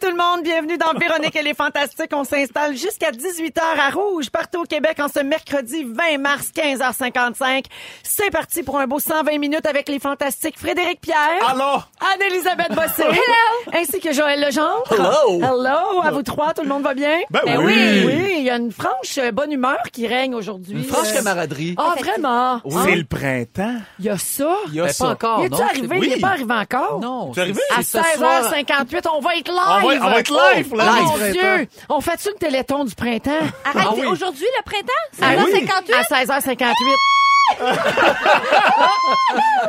tout le monde, bienvenue dans Véronique et les Fantastiques. On s'installe jusqu'à 18h à Rouge, partout au Québec, en ce mercredi 20 mars, 15h55. C'est parti pour un beau 120 minutes avec les Fantastiques Frédéric Pierre. Alors? Anne-Elisabeth Bossé. Ainsi que Joël Legendre. Hello. Hello. À vous trois, tout le monde va bien? Ben Ben oui. Oui, oui. il y a une franche euh, bonne humeur qui règne aujourd'hui. Une franche Euh, camaraderie. Ah, vraiment? C'est le printemps. Il y a ça? Ben, Il y a Mais ça. Il non? est-tu arrivé? oui. Il n'est pas arrivé encore? Non. C'est arrivé? À ce soir. 16h58, on va être live! On va- on va être live, là. Oh, mon Live. Dieu! On fait-tu le téléthon du printemps? Arrête, Ah oui. aujourd'hui le printemps? Ah oui. 16h58? À 16h58.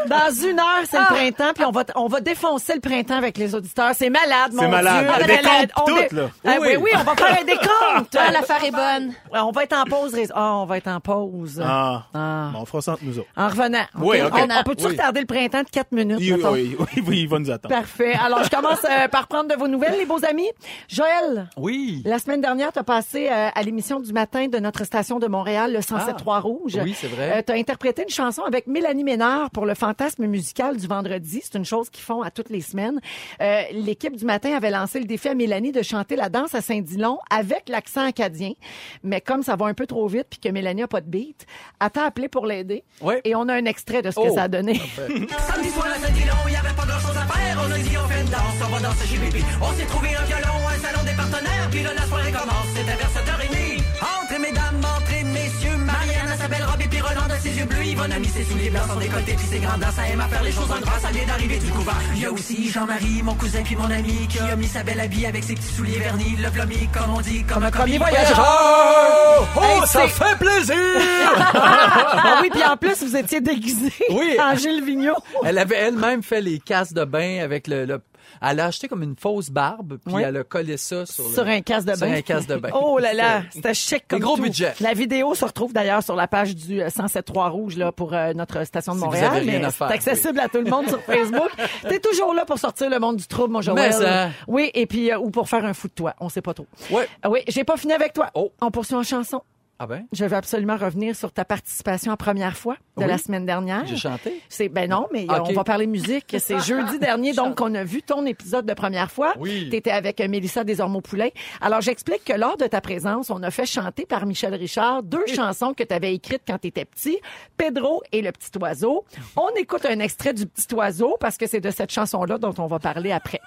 Dans une heure, Ah. c'est le printemps, puis on va, on va défoncer le printemps avec les auditeurs. C'est malade, mon C'est malade. Dieu. Un Ah, décompte malade. On tout, dé- là. Ah, oui. oui, Oui. on va faire un décompte. Ah, l'affaire est bonne. on va être en pause. Ré- Ah, on va être en pause. Ah. Ah. Bon, on fera ça entre nous autres. En revenant. Oui, OK? OK. On, on peut-tu Oui. retarder le printemps de 4 minutes? Oui, mettons? oui, oui, oui, il va nous attendre. Parfait. Alors, je commence euh, par prendre de vos nouvelles, les beaux amis. Joël, Oui. la semaine dernière, tu as passé euh, à l'émission du matin de notre station de Montréal, le 107 Trois Rouge. Ah. oui, c'est vrai. tu as interprété une chanson avec Mélanie Ménard pour le fantasme musical du vendredi. C'est une chose qu'ils font à toutes les semaines. Euh, L'équipe du matin avait lancé le défi à Mélanie de chanter la danse à Saint-Dilon avec l'accent acadien. Mais comme ça va un peu trop vite puis que Mélanie a pas de beat, elle t'a appelé pour l'aider. Oui. Et on a un extrait de ce que Oh. ça a donné. Samedi soir à Saint-Dilon, il y avait pas grand-chose à faire. On a dit on fait une danse, on va danser chez Bibi. On s'est trouvé un violon, un salon des partenaires, puis là la soirée commence, c'était vers 7h30. Entrez mesdames, entrez messieurs, Mariana s'appelle Robbie puis Roland de ses yeux bleus, Yvonne a mis ses souliers blancs, son décolleté puis ses grandes dents, ça aime à faire les choses en grand, ça vient d'arriver du couvent. Il y a aussi Jean-Marie, mon cousin puis mon ami, qui a mis sa belle habille avec ses petits souliers vernis, le vlommi, comme on dit, comme un commis voyageur. Oh, Hey, ça c'est- fait plaisir! Ah oui, puis en plus, vous étiez déguisé Oui. en Gilles Vigneault. elle avait elle-même fait les casses de bain avec le, le- Elle a acheté comme une fausse barbe, puis Oui. elle a collé ça sur, Sur le- un casse de bain. Euh, Sur un casse de bain. Oh là là, c'était chic comme gros tout. budget. La vidéo se retrouve d'ailleurs sur la page du euh, 1073 Rouge là, pour euh, notre station de Si vous Montréal. avez rien mais à faire, c'est accessible à tout le monde sur Facebook. T'es toujours là pour sortir le monde du trouble, mon Joël. Mais ça. Oui, et puis euh, ou pour faire un fou de toi, on sait pas trop. Ouais. Ah oui, j'ai pas fini avec toi. Oh. On poursuit en chanson. Ah ben, Je veux absolument revenir sur ta participation en première fois de Oui. la semaine dernière. j'ai chanté. C'est ben non, mais euh, Ok. on va parler musique. C'est jeudi dernier, donc on a vu ton épisode de première fois. Oui. T'étais avec euh, Mélissa Desormeaux-Poulain. Alors j'explique que lors de ta présence, on a fait chanter par Michel Richard deux chansons que tu avais écrites quand tu étais petit, Pedro et le petit oiseau. On écoute un extrait du petit oiseau parce que c'est de cette chanson-là dont on va parler après.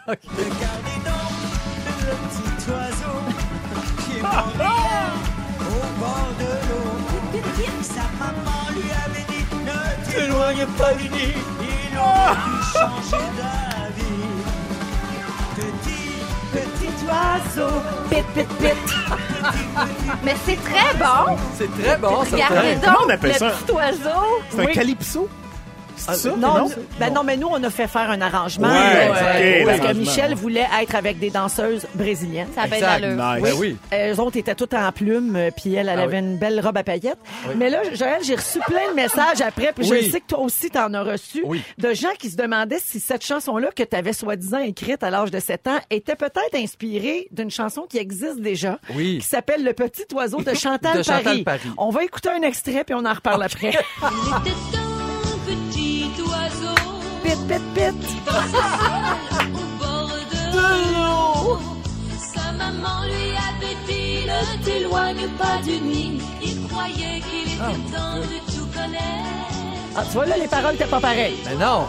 Mais c'est très bon. C'est très bon, ça. Regardez fait- donc Comment on appelle le ça? petit oiseau. C'est un Oui. calypso? Ah, C'est ça? Non, nous- ben non, mais nous, on a fait faire un arrangement Ouais, là, euh, ok, parce que l'arrangement. Michel voulait être avec des danseuses brésiliennes. Ça va être Exact. l'allure. Nice. Ben oui. Elles autres étaient toutes en plumes, euh, puis elle, elle Ah avait oui. Ah une belle robe à paillettes. Mais là, Joël, j'ai reçu plein de messages après, puis je Oui. sais que toi aussi, t'en as reçu, Oui. de gens qui se demandaient si cette chanson-là que t'avais soi-disant écrite à l'âge de 7 ans était peut-être inspirée d'une chanson qui existe déjà, Oui. qui s'appelle Le Petit Oiseau de Chantal, De Chantal Paris. Paris. On va écouter un extrait, puis on en reparle après. C'était un petit oiseau pit, pit, pit. qui dansait seul au bord de l'eau. Sa maman lui avait dit ne t'éloigne pas du nid. Il croyait qu'il était temps de tout connaître. Ah, tu vois, là, les paroles étaient pas pareilles. Ben non,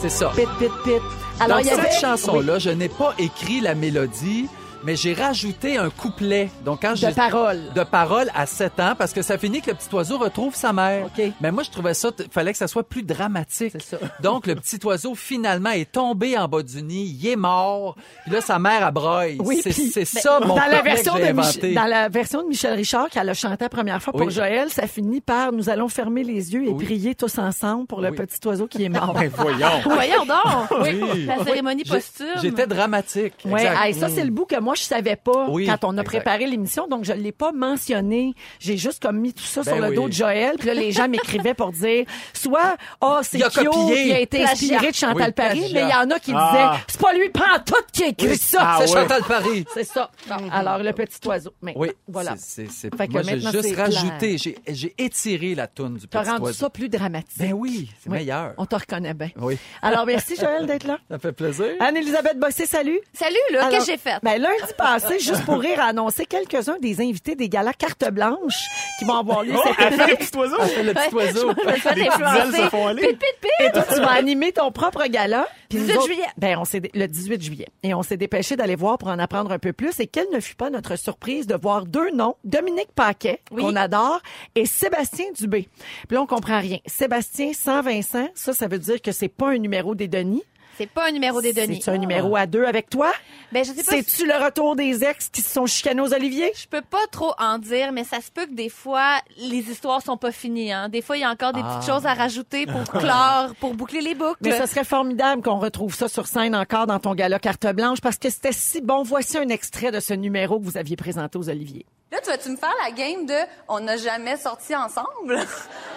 c'est ça. Pit, pit, pit. Alors, Dans il y avait... cette chanson-là, je n'ai pas écrit la mélodie. mais j'ai rajouté un couplet. Donc, quand j'ai- De parole. de parole à 7 ans parce que ça finit que le petit oiseau retrouve sa mère. OK. Mais moi, je trouvais ça, t- fallait que ça soit plus dramatique. C'est ça. Donc, le petit oiseau, finalement, est tombé en bas du nid, il est mort, puis là, sa mère abraille. Oui, c'est puis- ben, c'est ça mon dans, la couplet version que de j'ai Mich- inventé. dans la version de Michel Richard qu'elle a chanté la première fois pour Oui. Joël, ça finit par nous allons fermer les yeux et Oui. prier tous ensemble pour le Oui. petit oiseau qui est mort. Ben voyons. Voyons donc. Oui. La cérémonie J'ai- posthume. J'étais dramatique. Ouais, Exact. hey, ça c'est le bout que moi je savais pas Oui, quand on a exact. préparé l'émission, donc je l'ai pas mentionné. J'ai juste comme mis tout ça Ben sur le oui. dos de Joël, puis là les gens m'écrivaient pour dire soit oh c'est Il a cute, copié. il a été Plagiat. inspiré de Chantal Oui, Paris, mais plagiat. il y en a qui Ah. disaient c'est pas lui pantoute qui a écrit ça. Ah C'est ouais. Chantal Paris. C'est ça. Alors le petit oiseau. Maintenant, Oui, voilà. c'est- c'est- c'est- Fait que Moi, j'ai maintenant, c'est juste clair. rajouté, j'ai- j'ai étiré la toune du T'as petit rendu oiseau. ça plus dramatique. Ben oui, c'est Oui, meilleur. On te reconnaît bien. Oui. Alors, merci Joël d'être là. Ça fait plaisir. Anne-Elisabeth Bossé, salut. Salut, là, Alors, qu'est-ce que j'ai fait? Ben, lundi passé, juste pour rire, a annoncé quelques-uns des invités des galas carte blanche qui vont avoir lieu Oh, cette elle fait année. le petit oiseau. Le petit oiseau. Je me suis Les fait petites ailes se influencer. font aller. Pit, pit, pit. Et toi, tu vas animer ton propre gala. Puis nous 18 autres- juillet. Ben, on s'est, dé- le 18 juillet. Et on s'est dépêché d'aller voir pour en apprendre un peu plus. Et quelle ne fut pas notre surprise de voir deux noms, Dominique Paquet, Oui. qu'on adore, et Sébastien Dubé. Puis là, on comprend rien. Sébastien sans Vincent, ça, ça veut dire que c'est pas un numéro des Denis. C'est pas un numéro des Denis. C'est un numéro à deux avec toi? Ben, je sais pas C'est-tu le retour des ex qui se sont chicanés aux oliviers? Je peux pas trop en dire, mais ça se peut que des fois, les histoires sont pas finies. Hein. Des fois, il y a encore des petites choses à rajouter pour clore, pour boucler les boucles. Mais ce serait formidable qu'on retrouve ça sur scène encore dans ton gala carte blanche parce que c'était si bon. Voici un extrait de ce numéro que vous aviez présenté aux oliviers. Là, tu vas-tu me faire la game de on n'a jamais sorti ensemble?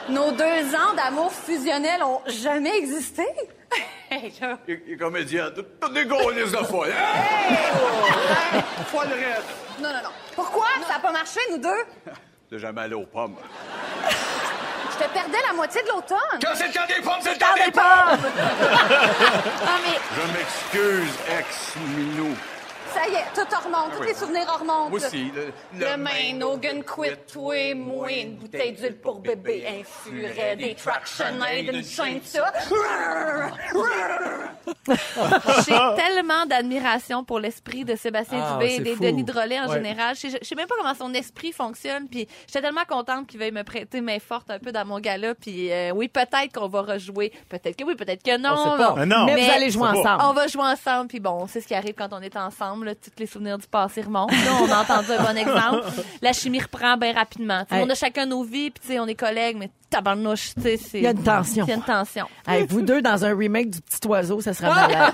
Nos deux ans d'amour fusionnel ont jamais existé? Hey, là. Non, non, non. Pourquoi ça n'a pas marché, nous deux? T'es jamais allé aux pommes. Ah, Je te perdais la moitié de l'automne. Quand c'est le temps des pommes, c'est le temps des pommes! Ah, mais Je m'excuse, ex-minou. Ça y est, tout remonte, tous les souvenirs remontent. Moi aussi, le, Le main, Hogan quit, toi, moi, une bouteille d'huile pour bébé, un furet, des tractionnés, d'une chaîne de ça. j'ai tellement d'admiration pour l'esprit de Sébastien Ah, Dubé et c'est des fou. Denis Drolet en Ouais. général. Je sais- je sais même pas comment son esprit fonctionne. Puis j'étais tellement contente qu'il veuille me prêter main forte un peu dans mon gala. Puis euh, oui, peut-être qu'on va rejouer. Peut-être que oui, peut-être que Ah non. On sait pas. là. Mais non. Mais, Mais- vous allez jouer C'est pas- ensemble. On va jouer ensemble, puis bon, c'est ce qui arrive quand on est ensemble. là, tous les souvenirs du passé remontent. Là, on a entendu un bon exemple. La chimie reprend bien rapidement. Tu sais, Hey. On a chacun nos vies, puis tu sais, on est collègues, mais tabarnouche, tu sais, c'est... Il y a une tension. Il y a une tension. Hey, vous deux dans un remake du Petit Oiseau, ça serait malade.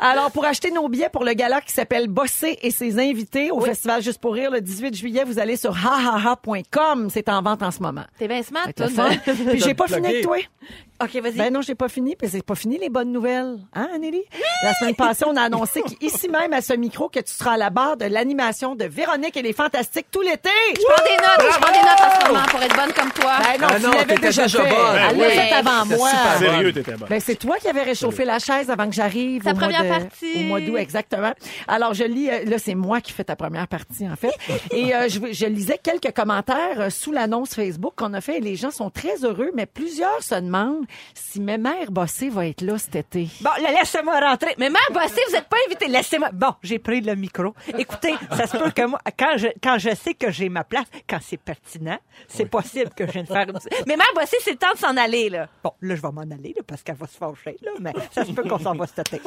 Alors, pour acheter nos billets pour le gala qui s'appelle Bossé et ses invités au Festival Juste pour rire le 18 juillet, vous allez sur hahaha.com. C'est en vente en ce moment. T'es bien smart, Fait que toi, le fun. mais- Puis j'ai pas T'as fini avec toi. plugué. OK, vas-y. Ben non, j'ai pas fini, puis c'est pas fini les bonnes nouvelles. Hein, Anneli? La semaine passée, on a annoncé qu'ici même à ce micro que tu seras à la barre de l'animation de Véronique et les Fantastiques tout l'été. je prends des notes, je prends des notes en ce moment pour être bonne comme toi. Ben non, Ben non, tu l'avais t'étais déjà, déjà fait. bonne. Elle l'a Oui. fait avant C'était moi. super bonne. Sérieux, t'étais bonne. Ben, c'est toi qui avais réchauffé la chaise avant que j'arrive. Ta au mois première de- partie. Au mois d'août, exactement. Alors, je lis, euh, là, c'est moi qui fais ta première partie, en fait. Et euh, je, je lisais quelques commentaires euh, sous l'annonce Facebook qu'on a fait et les gens sont très heureux, mais plusieurs se demandent si mes mères bossées va être là cet été. Bon, là, laissez-moi rentrer. Mais mère Bossé, vous n'êtes pas invité. Laissez-moi. Bon, j'ai pris le micro. Écoutez, ça se peut que moi, quand je, quand je sais que j'ai ma place, quand c'est pertinent, c'est possible que je vienne faire une... Mais mère Bossé, Ben, c'est le temps de s'en aller, là. Bon, là, je vais m'en aller, là, parce qu'elle va se fâcher, là, mais ça se peut qu'on s'en va cet été.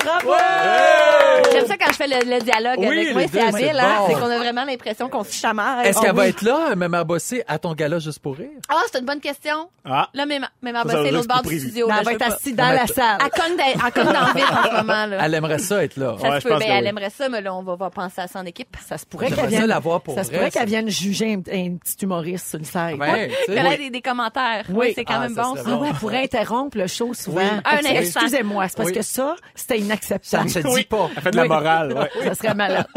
J'aime ça quand je fais le, le dialogue Oui, avec moi, les c'est deux, habile, c'est hein. bon. C'est qu'on a vraiment l'impression qu'on se chamaille. Est-ce qu'elle On- va être là, même à bosser, à ton gala juste pour rire? Ah, c'est une bonne question. Ah. Là, même, même Ça, ça veut Bossé, dire que c'est l'autre bord pas du prévu. studio. Ben, là, elle va je être sais pas. assise dans la salle. Elle cogne dans, elle cogne dans le vide en ce moment. Là. Elle aimerait ça être là. Ouais, Ça se je peut, pense ben, que elle oui. aimerait ça, mais là, on va, va penser à ça en équipe. Ça se pourrait J'aimerais qu'elle ça vienne, la voir pour ça se vrai, pourrait ça. qu'elle vienne juger un, un petit humoriste sur le site. Ben, tu Il sais. y a des, des commentaires. Oui, Oui. c'est quand Ah, même ça bon. serait ça. Ah ouais, pour interrompre le show souvent. Oui. Un Excuse- instant. Excusez-moi, c'est parce Oui. que ça, c'était Ça inacceptable. ne se dit pas. Elle fait de la morale, ouais. Ça serait malade.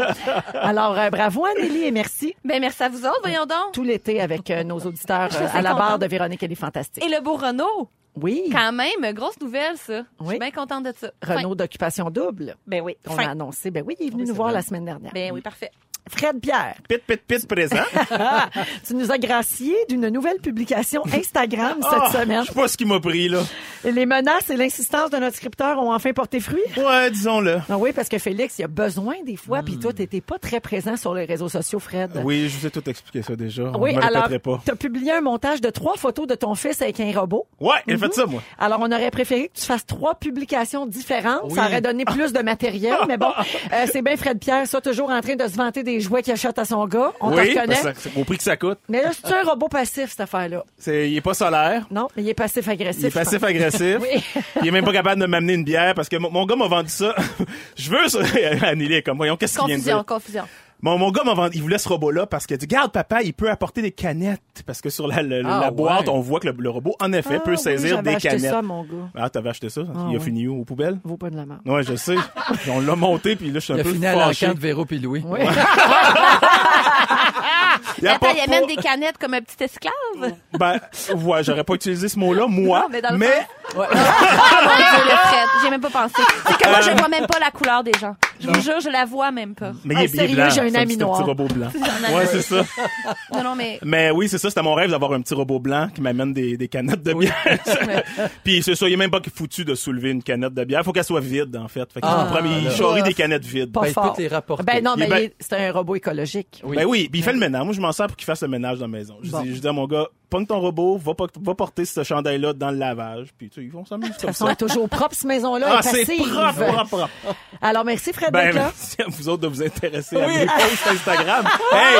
Alors, euh, bravo Anneli et merci Ben, merci à vous autres, voyons donc. tout l'été avec euh, nos auditeurs euh, à suis la barre contente. de Véronique, elle est fantastique. Et le beau Renault, Oui, quand même, grosse nouvelle, ça. Je Oui. suis bien contente de ça. Fin. Renaud d'occupation double. Ben oui, On fin. a annoncé, ben oui, il est venu nous voir la semaine dernière. Ben oui, parfait. Fred Pierre. Pit, pit, pit présent. tu nous as gracié d'une nouvelle publication Instagram cette Oh. Ah, semaine. Je sais pas ce qui m'a pris, là. Les menaces et l'insistance de notre scripteur ont enfin porté fruit. Ouais, disons-le. Ah oui, parce que Félix, il a besoin des fois, puis toi, t'étais pas très présent sur les réseaux sociaux, Fred. Oui, je vous ai tout expliqué ça déjà. Oui, je me alors, répéterai pas. t'as publié un montage de trois photos de ton fils avec un robot. Ouais, j'ai Mhm. fait ça, moi. Alors, on aurait préféré que tu fasses trois publications différentes. Oui. Ça aurait donné plus de matériel, mais bon, euh, c'est bien Fred Pierre, ça, toujours en train de se vanter des jouets qu'il achète à son gars. On oui, te parce reconnaît. que ça- au prix que ça coûte. Mais là, c'est un robot passif, cette affaire-là. C'est, il est pas solaire. Non, mais il est passif-agressif. Il est je pense. passif-agressif. Oui. Il est même pas capable de m'amener une bière parce que mon, mon gars m'a vendu ça. je veux ça. Annelie est comme, voyons, qu'est-ce qu'il vient de Confusion, dire? confusion. Mon, mon gars m'a vendu, il voulait ce robot-là parce qu'il a dit, garde papa, il peut apporter des canettes. Parce que sur la, le- Ah, la boîte, ouais. on voit que le, le robot, en effet, Ah, peut oui, saisir j'avais des acheté canettes. ça, mon gars. Ah, t'avais acheté ça? Ah, il a ouais. fini où? Aux poubelles? Vaut pas de la mort. Ouais, je sais. on l'a monté, puis là, je suis un Il a peu fini à l'encan fâché. de Véro puis Louis. Oui. Il Mais attends, apporte il y a pas- même des canettes comme un petit esclave. Ben, ouais, j'aurais pas utilisé ce mot-là, moi, Non, mais dans le mais sens- Ah mon Dieu, le Fred, j'ai même pas pensé. C'est que moi, je vois même pas la couleur des gens. Je vous jure, je la vois même pas. Mais Ah, il est- il est sérieux, blanc. j'ai un c'est ami petit- un noir. petit robot blanc. un ami. Ouais, c'est ça. Non, non, mais Mais oui, c'est ça. C'était mon rêve d'avoir un petit robot blanc qui m'amène des, des canettes de bière. Puis c'est ça, il est même pas foutu de soulever une canette de bière. Faut qu'elle soit vide, en fait. Fait que Ah, mon premier, il là. charrie des canettes vides. Pas Ben, il peut fort. te les rapporter. Ben non, Il est mais ben- il est- c'est un robot écologique. Oui. Ben oui, puis il fait le ménage. Moi, je m'en sers pour qu'il fasse le ménage dans la maison. Je, dis, je dis à mon gars, pogne ton robot, va, po- va porter ce chandail-là dans le lavage. Puis tu sais, ils vont s'amuser De comme toute façon, ça. Ah, elle est toujours propre, cette maison-là. elle Ah, est c'est passive. propre, propre, propre. Alors, merci, Fred, Ben, d'être là. merci à vous autres de vous intéresser à mes posts Instagram. Hey!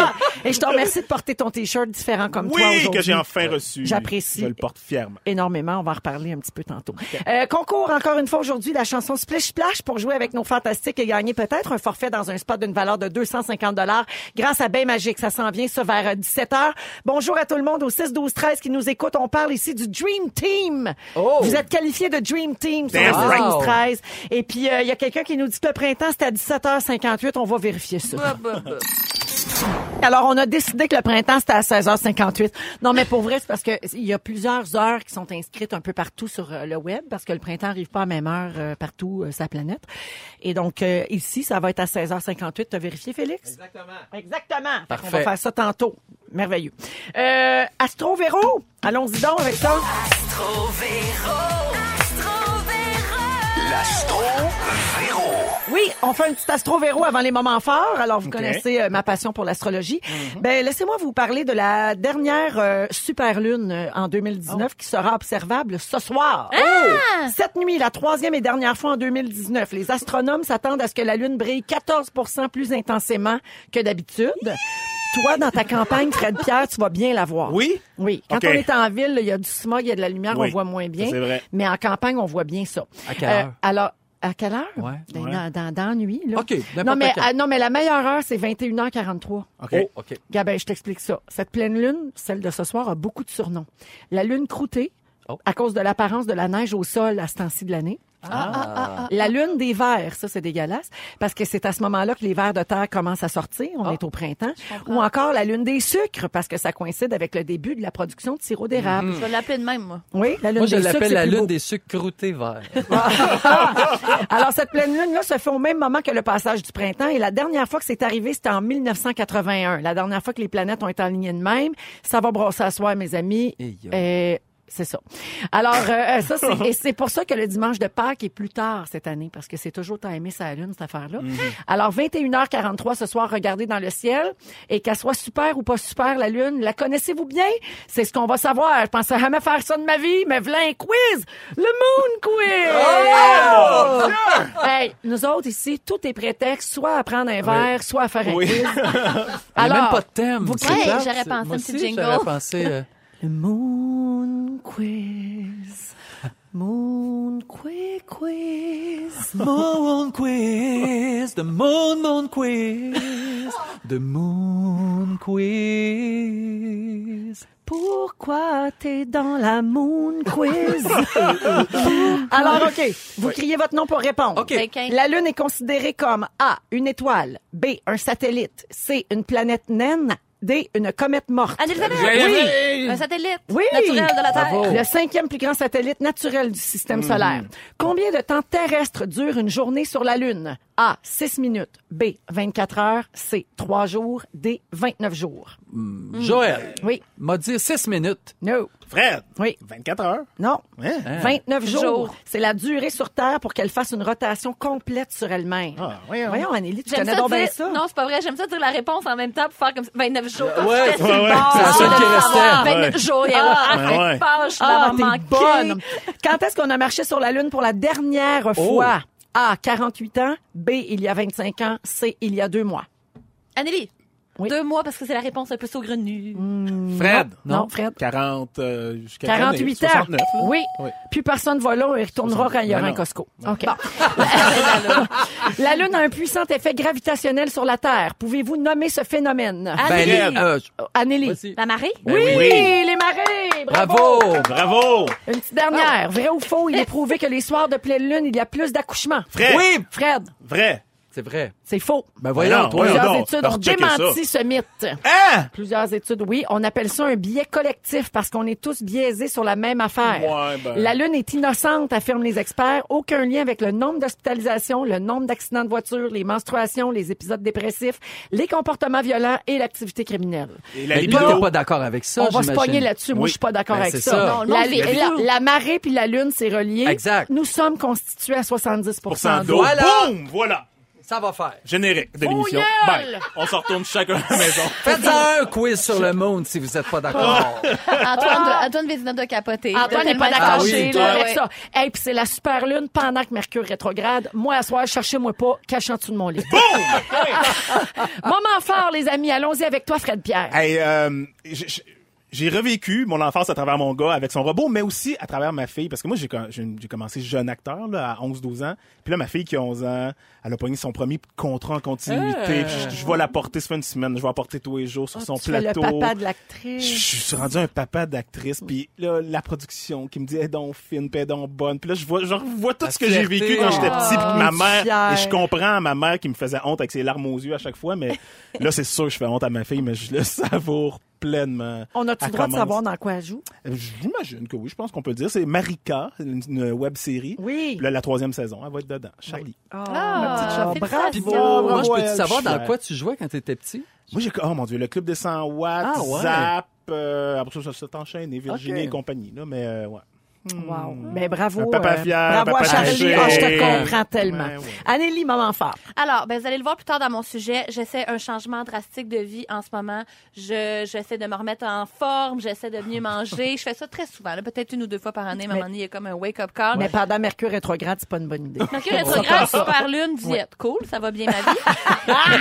Et je te remercie de porter ton T-shirt différent Ah! comme toi Oui, aujourd'hui. que j'ai enfin reçu. J'apprécie. Je le porte fièrement. énormément. On va en reparler un petit peu tantôt. Euh, concours encore une fois aujourd'hui, la chanson Splish Splash pour jouer avec nos fantastiques et gagner peut-être un forfait dans un spot d'une valeur de 250 dollars grâce à Bain Magique. Ça s'en vient, ça, vers 17h. Bonjour à tout le monde au 6-12-13 qui nous écoute. On parle ici du Dream Team. Oh! Vous êtes qualifié de Dream Team sur le Damn right. 6-12-13. Et puis, euh, il y a quelqu'un qui nous dit que le printemps, c'est à 17h58. On va vérifier ça. Alors, on a décidé que le printemps, c'était à 16h58. Non, mais pour vrai, c'est parce que il y a plusieurs heures qui sont inscrites un peu partout sur euh, le web, parce que le printemps arrive pas à même heure euh, partout euh, sur la planète. Et donc, euh, ici, ça va être à 16h58. T'as vérifié, Félix? Exactement. Exactement. On va Parfait. faire ça tantôt. Merveilleux. Euh, Astro Véro, allons-y donc avec ça. Oui, on fait un petit astro véro avant les moments forts. Alors, vous connaissez euh, ma passion pour l'astrologie. Mhm. Ben, laissez-moi vous parler de la dernière euh, super lune euh, en 2019 Oh. qui sera observable ce soir. Ah! Oh! Cette nuit, la troisième et dernière fois en 2019, les astronomes s'attendent à ce que la lune brille 14 plus intensément que d'habitude. Toi, dans ta campagne, Fred Pierre, tu vas bien la voir. Oui? Oui. Quand OK. on est en ville, il y a du smog, il y a de la lumière, Oui. on voit moins bien. Ça, c'est vrai. Mais en campagne, on voit bien ça. Euh, À quelle heure? alors, à quelle heure? Ouais. Ben, Ouais. Dans, dans, dans la nuit, là. OK, n'importe non, mais, quand. ah, non, mais la meilleure heure, c'est 21h43. OK. Oh, OK. Gabin, je t'explique ça. Cette pleine lune, celle de ce soir, a beaucoup de surnoms. La lune croûtée, Oh. Ah. à cause de l'apparence de la neige au sol à ce temps-ci de l'année. La lune des vers, ça c'est dégueulasse, parce que c'est à ce moment-là que les vers de terre commencent à sortir, on Ah. est au printemps. Ou encore la lune des sucres, parce que ça coïncide avec le début de la production de sirop d'érable. je vais l'appeler de même, moi. Oui, la lune Mm-hmm. Moi, je des sucres, l'appelle c'est la plus lune beau. des sucres croûtés verts. Alors, cette pleine lune-là se fait au même moment que le passage du printemps. Et la dernière fois que c'est arrivé, c'était en 1981. La dernière fois que les planètes ont été alignées de même. Ça va brosser à soir, mes amis. Et yo. Euh, c'est ça. Alors, euh, ça, c'est, et c'est pour ça que le dimanche de Pâques est plus tard cette année, parce que c'est toujours timé sa lune, cette affaire-là. Alors, 21h43 ce soir, regardez dans le ciel, et qu'elle soit super ou pas super, la lune, la connaissez-vous bien? C'est ce qu'on va savoir. Je pensais jamais faire ça de ma vie, mais v'là un quiz! Le Moon Quiz! Hey, nous autres ici, tout est prétexte, soit à prendre un verre, soit à faire un Oui. quiz. Il n'y a Alors, même pas de thème. vous- c'est Ouais, plate. j'aurais pensé Moi un petit aussi, jingle. J'aurais pensé. euh, Le Moon Quiz. Moon Quiz Quiz. Moon Quiz, the Moon Moon Quiz, the Moon Quiz. Pourquoi t'es dans la Moon Quiz? Alors, OK. Vous criez votre nom pour répondre. OK. Ok. La Lune est considérée comme A, une étoile, B, un satellite, C, une planète naine, D, une comète morte. Un éléphant. Oui. Un satellite Oui. naturel de la Terre. Le cinquième plus grand satellite naturel du système solaire. Combien de temps terrestre dure une journée sur la Lune? A, 6 minutes. B, 24 heures. C, 3 jours. D, 29 jours. Hmm. Joël. Oui. M'a dit 6 minutes. No. Fred. Oui. Ah. 24 heures. Non. Hein? 29 jours. Jours. C'est la durée sur Terre pour qu'elle fasse une rotation complète sur elle-même. Ah, voyons. Anneli, tu J'aime connais ça, donc bien dire... ça. Non, c'est pas vrai. J'aime ça dire la réponse en même temps pour faire comme ça. 29 jours. ouais, J'étais sur ouais, le ouais. bord C'est la seule de qui l'avoir. restait. 29 Ouais. jours. Et Ah, ah, ouais. pâche, je Ah, l'avais t'es manqué. bonne. Quand est-ce qu'on a marché sur la Lune pour la dernière fois? A, 48 ans. B, il y a 25 ans. C, il y a deux mois. Anneli, Oui. Mm. deux mois parce que c'est la réponse un peu saugrenue. Fred. Non, Non. Fred. 40 euh, jusqu'à 48 ans. 69, là. Oui. Oui. Plus personne va là, il retournera 69. quand il y aura Mais un non. Costco. OK. la Lune a un puissant effet gravitationnel sur la Terre. Pouvez-vous nommer ce phénomène? Ben, Anneli, les- euh, Anneli. voici. la marée? Oui, Ben oui. les marées! Bravo! Bravo. Ah. Une petite dernière. Vrai ou faux, il est prouvé que les soirs de pleine lune, il y a plus d'accouchements. Fred. Oui! Fred, Vrai. C'est vrai. c'est faux. Ben voyons, non, toi. voyons. là. Plusieurs donc, études alors ont checkez ça. démenti ce mythe. Hein? Plusieurs études, oui. On appelle ça un biais collectif parce qu'on est tous biaisés sur la même affaire. Ouais, ben. La Lune est innocente, affirment les experts. Aucun lien avec le nombre d'hospitalisations, le nombre d'accidents de voiture, les menstruations, les épisodes dépressifs, les comportements violents et l'activité criminelle. Et la Mais Ben, toi, t'es libido. pas d'accord avec ça, On va se j'imagine. pogner là-dessus. Moi, Oui. je suis pas d'accord Ben, avec c'est ça. ça. Non, le la, monde vit la- plus. la marée puis la lune, c'est relié. Exact. Nous sommes constitués à 70 d'eau. d'eau. Voilà. Boum! Voilà. Ça va faire. Générique de l'émission. gueule! Bye. On se retourne chacun à la maison. Faites un quiz sur le monde si vous n'êtes pas d'accord. Ah. Antoine, doit- Antoine Vézina doit capoter. Antoine n'est pas Tellement d'accord Ah oui, chez toi, toi avec ouais. ça. Hey, puis c'est la super lune pendant que Mercure rétrograde. Moi, à soir, cherchez-moi pas, cache en dessous de mon lit. Moment fort, les amis. Allons-y avec toi, Fred Pierre. Hey, euh, j- j- j'ai revécu mon enfance à travers mon gars avec son robot, mais aussi à travers ma fille. Parce que moi, j'ai com- j'ai j'ai commencé jeune acteur là, à 11-12 ans. Puis là, ma fille qui a 11 ans, elle a pogné son premier contrat en continuité. Puis Je, je vais la porter, ça fait une semaine, je vais la porter tous les jours sur son Euh. Ah, tu fais le plateau. papa de Je l'actrice. suis rendu un papa d'actrice, puis là, la production qui me dit, eh donc fine, puis eh donc bonne. Puis là, je vois, je revois tout La ce que j'ai fierté. vécu quand j'étais petit, puis que ma Oh, mère, fière. et je comprends ma mère qui me faisait honte avec ses larmes aux yeux à chaque fois, mais là, c'est sûr que je fais honte à ma fille, mais je le savoure pleinement. On a-tu Elle le droit de commence- savoir dans quoi elle joue? J'imagine que oui, je pense qu'on peut le dire. C'est Marika, une, web-série. Oui. Là, la troisième saison, elle va être dedans. Charlie. Ah, Oh, Puis félicitations. bravo. moi, je ouais, peux-tu savoir je suis dans fier. quoi tu jouais quand t'étais petit? Moi, j'ai... Oh mon Dieu, le club des 100 watts, Ah, ouais. Zap... euh, après ça, ça s'est enchaîné, Virginie Ok. et compagnie, là, mais euh, ouais. Wow. Mais Mm. bravo. Un papa euh, fier, bravo à papa Charlie. attaché. Ah, je te comprends tellement. Ouais, ouais. Anneli, moment fort. Alors, ben, vous allez le voir plus tard dans mon sujet. J'essaie un changement drastique de vie en ce moment. Je, j'essaie de me remettre en forme. J'essaie de mieux manger. Je fais ça très souvent, là, peut-être une ou deux fois par année. Mais... À un moment donné, il y a comme un wake-up call. Mais pendant Mercure rétrograde, c'est pas une bonne idée. Mercure rétrograde, oh, super lune, diète. Cool, ça va bien ma vie.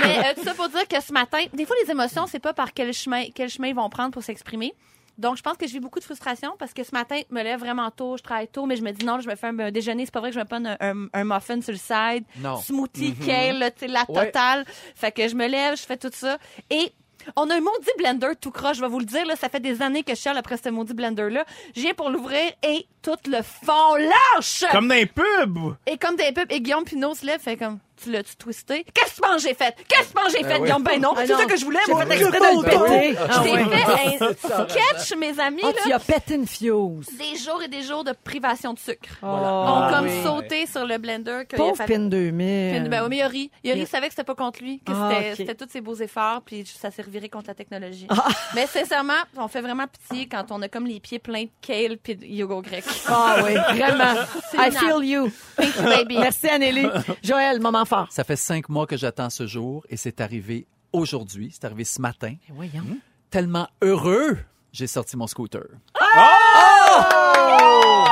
Mais euh, tout ça pour dire que ce matin, des fois, les émotions, c'est pas par quel chemin, quel chemin ils vont prendre pour s'exprimer. Donc, je pense que je vis beaucoup de frustration parce que ce matin, je me lève vraiment tôt, je travaille tôt, mais je me dis non, je me fais un, un déjeuner. C'est pas vrai que je me prends un, un- un muffin sur le side. Non. Mm-hmm. Smoothie, kale, là, tu sais, la Ouais. totale. Fait que je me lève, je fais tout ça. Et on a un maudit blender tout croche, je vais vous le dire. Là, ça fait des années que je cherche après ce maudit blender-là. Je viens pour l'ouvrir et tout le fond lâche! Comme dans les pubs! Et comme des pubs, et Guillaume Pinot se lève, fait comme, tu l'as-tu twisté? Qu'est-ce que tu penses que j'ai fait? Qu'est-ce que tu penses que j'ai fait, oui. Guillaume? Ben non, c'est ça que je voulais, moi, fait exprès de le content. péter. Ah Je t'ai ouais. fait un sketch, mes amis, Ah, tu là. as pété une fuse. Des jours et des jours de privation de sucre. Voilà. On Ah, comme oui. sauté sur le blender. Que Pauvre il a fallu- Pin 2000. Pin- Ben oui, mais Yori, Yori Yeah. savait que c'était pas contre lui, que Ah, c'était ok. c'était tous ses beaux efforts, puis ça s'est reviré contre la technologie. Mais sincèrement, on fait vraiment pitié quand on a comme les pieds pleins de kale puis de yogourt grec. Ah oui, vraiment. I une feel you. Thank you, baby. Merci, Anneli. Joël, moment fort. Ah, Ça fait cinq mois que j'attends ce jour et c'est arrivé aujourd'hui. C'est arrivé ce matin. Eh Hmm? Voyons. Tellement heureux, j'ai sorti mon scooter. Ah! Oh!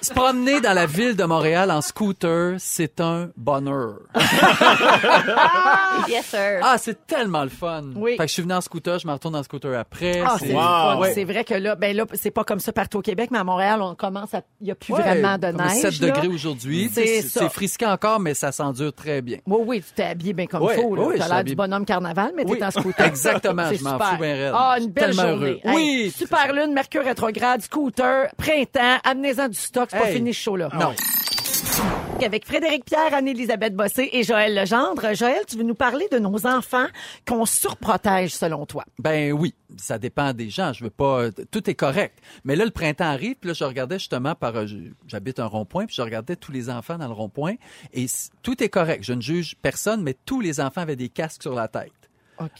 Se promener dans la ville de Montréal en scooter, c'est un bonheur. Yes, sir. Ah, c'est tellement le fun. Oui. Fait que je suis venu en scooter, je m'en retourne en scooter après. Ah, C'est- c'est le Wow. fun. Ouais. C'est vrai que là, ben là, c'est pas comme ça partout au Québec, mais à Montréal, on commence à. Il n'y a plus Ouais, vraiment de comme neige. 7 là. degrés aujourd'hui. C'est C'est ça. c'est frisquant encore, mais ça s'endure très bien. Oui, oui, tu t'es habillé bien comme Ouais, faut. là. ouais, T'as l'air je suis du habillé- bonhomme carnaval, mais Oui, t'es en scooter. exactement, C'est je m'en super. fous bien raide. Ah, une belle Tellement journée. heureux. Hey, Oui. super lune, mercure rétrograde, scooter, printemps, amenez-en du stock, c'est pas Hey. fini ce show-là. Non. Québec Ah avec Frédéric Pierre, Anne-Élisabeth Bossé et Joël Legendre. Joël, tu veux nous parler de nos enfants qu'on surprotège selon toi. Ben oui, ça dépend des gens. Je veux pas. Tout est correct. Mais là, le printemps arrive, puis là, je regardais justement par. euh, je- J'habite un rond-point, puis je regardais tous les enfants dans le rond-point. Et c- tout est correct. Je ne juge personne, mais tous les enfants avaient des casques sur la tête.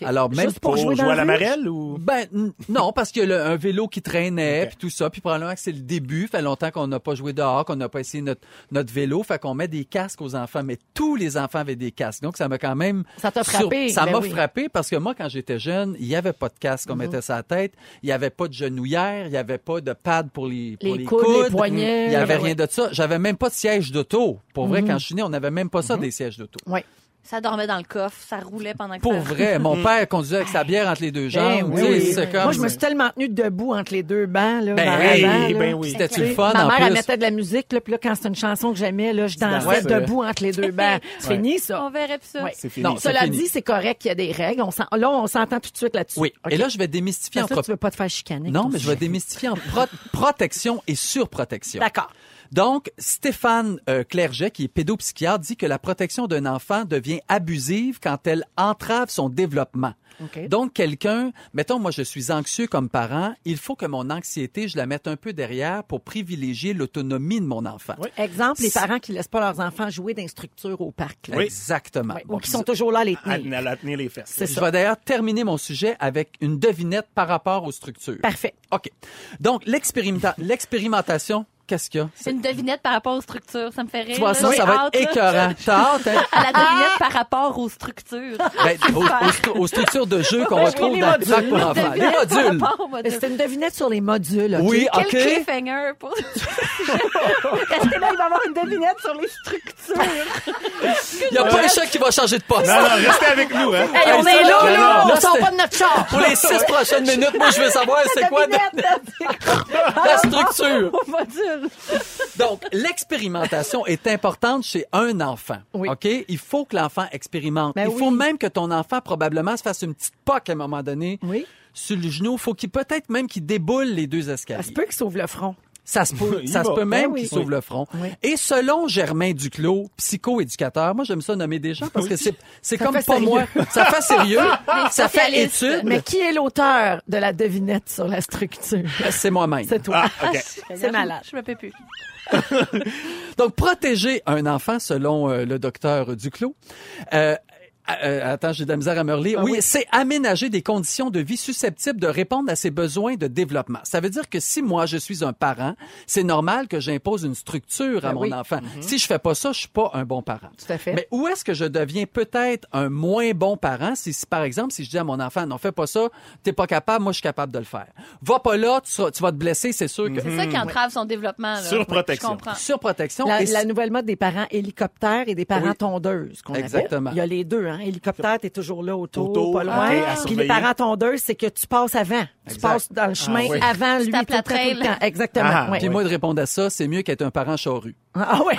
Alors, même Juste pour jouer dans la marelle marelle ou. Ben, n- non, parce qu'il y a le- un vélo qui traînait, puis tout ça, puis probablement que c'est le début. Fait longtemps qu'on n'a pas joué dehors, qu'on n'a pas essayé notre, notre vélo. Fait qu'on met des casques aux enfants, mais tous les enfants avaient des casques. Donc, ça m'a quand même... Ça t'a sur- frappé, Ça ben m'a oui. Mhm. frappé parce que moi, quand j'étais jeune, il n'y avait pas de casque qu'on mettait sur la tête, il n'y avait pas de genouillère, il n'y avait pas de pad pour les, pour Les coudes, les poignets. poignets. Il n'y avait Ben rien de ça. J'avais même pas de siège d'auto. Pour vrai, Mhm. quand je suis né, on n'avait même pas ça, des sièges d'auto. Oui. Ça dormait dans le coffre, ça roulait pendant que Pour ça- vrai, mon père conduisait avec sa bière entre les deux Ben jambes. tu sais, c'est comme... Moi, je me suis tellement tenue debout entre les deux bancs. Là, Ben Eh dans oui, l'avant, là. ben oui. C'était-tu le fun, Ma en mère, elle plus? mettait de la musique, là, puis là, quand c'était une chanson que j'aimais, là, je dansais Ouais, c'est- debout entre les deux bancs. C'est Ouais. fini, ça. On verrait plus ça. Ouais. C'est fini. Non, c'est Cela fini. dit, c'est correct qu'il y a des règles. On s'en- Là, on s'entend tout de suite là-dessus. Oui. OK. Et là, je vais démystifier en Parce que pro- tu veux pas te faire chicaner. Non, ton mais je vais sujet. démystifier en pro- protection et surprotection. D'accord. Donc, Stéphane euh, Clerget, qui est pédopsychiatre, dit que la protection d'un enfant devient abusive quand elle entrave son développement. OK. Donc, quelqu'un, mettons, moi, je suis anxieux comme parent, il faut que mon anxiété, je la mette un peu derrière pour privilégier l'autonomie de mon enfant. Exemple, les parents qui laissent pas leurs enfants jouer dans les structures au parc. là. Exactement. Ouais, Ou Bon, qui sont toujours là à les À, tenir. à la tenir les fesses. C'est Je ça. vais d'ailleurs terminer mon sujet avec une devinette par rapport aux structures. Parfait. OK. Donc, l'expérimenta- l'expérimentation, qu'est-ce qu'il y a? C'est une devinette par rapport aux structures. Ça me fait rire. Tu vois là. ça, J'ai ça va hâte, être là. écœurant. T'as hâte, hein? À la devinette par rapport aux structures. Ben, aux, aux stru- aux structures de jeu qu'on Oui, retrouve Ben, les dans modules. Ah, le bac pour Les enfants. Les Devinette par modules. rapport aux modules. C'était une devinette sur les modules. OK? Oui, Quel OK. cliffhanger pour Restez là, il va y avoir une devinette sur les structures. Il n'y a pas un chat qui va changer de poste. Non, non, restez avec nous, hein. Hey, on Hey, est ça, là, non, là! non, On sort c'était- pas de notre char! Pour les six prochaines minutes, moi, je veux savoir c'est quoi de- la structure. Au module. Donc, l'expérimentation est importante chez un enfant. Oui. OK? Il faut que l'enfant expérimente. Ben il faut oui. même que ton enfant, probablement, se fasse une petite poque à un moment donné. Oui. Sur le genou, faut qu'il peut-être même qu'il déboule les deux escaliers. Ça se peut qu'ils sauvent le front. Ça se peut, Il ça se va. peut même Ben oui. qu'il sauve le front. Oui. Et selon Germain Duclos, psychoéducateur, moi j'aime ça nommer des gens parce que c'est c'est Ça comme pas fait sérieux. moi. Ça fait sérieux, Ah, ça fait spécialistes. étude, Mais qui est l'auteur de la devinette sur la structure? c'est moi-même. C'est toi. Ah, OK. C'est malade. Je me peux plus. Donc protéger un enfant selon euh, le docteur Duclos. Euh, euh, attends, j'ai de la misère à me relire. Ben oui, c'est aménager des conditions de vie susceptibles de répondre à ses besoins de développement. Ça veut dire que si moi je suis un parent, c'est normal que j'impose une structure à Ben mon oui. enfant. Si je fais pas ça, je suis pas un bon parent. Tout à fait. Mais où est-ce que je deviens peut-être un moins bon parent si, si, par exemple, si je dis à mon enfant, non, fais pas ça, t'es pas capable, moi, je suis capable de le faire. Va pas là, tu, seras- tu vas te blesser, c'est sûr que... C'est ça qui entrave son développement. là. Surprotection. Je comprends. Surprotection. Mm-hmm. La, Ah, et si- la nouvelle mode des parents hélicoptères et des parents Oui. tondeuses, qu'on appelle. Exactement. Il y a les deux, hein. Hélicoptère, t'es toujours là autour, Autour, pas loin. ok, à Puis surveiller. les parents tondeuses, c'est que tu passes avant. Tu Exact. passes dans le chemin oui. avant lui. tapes tout le temps, la tout le trail. temps. Exactement. Ah, ouais. Puis moi, de répondre à ça, c'est mieux qu'être un parent charru. Ah ouais.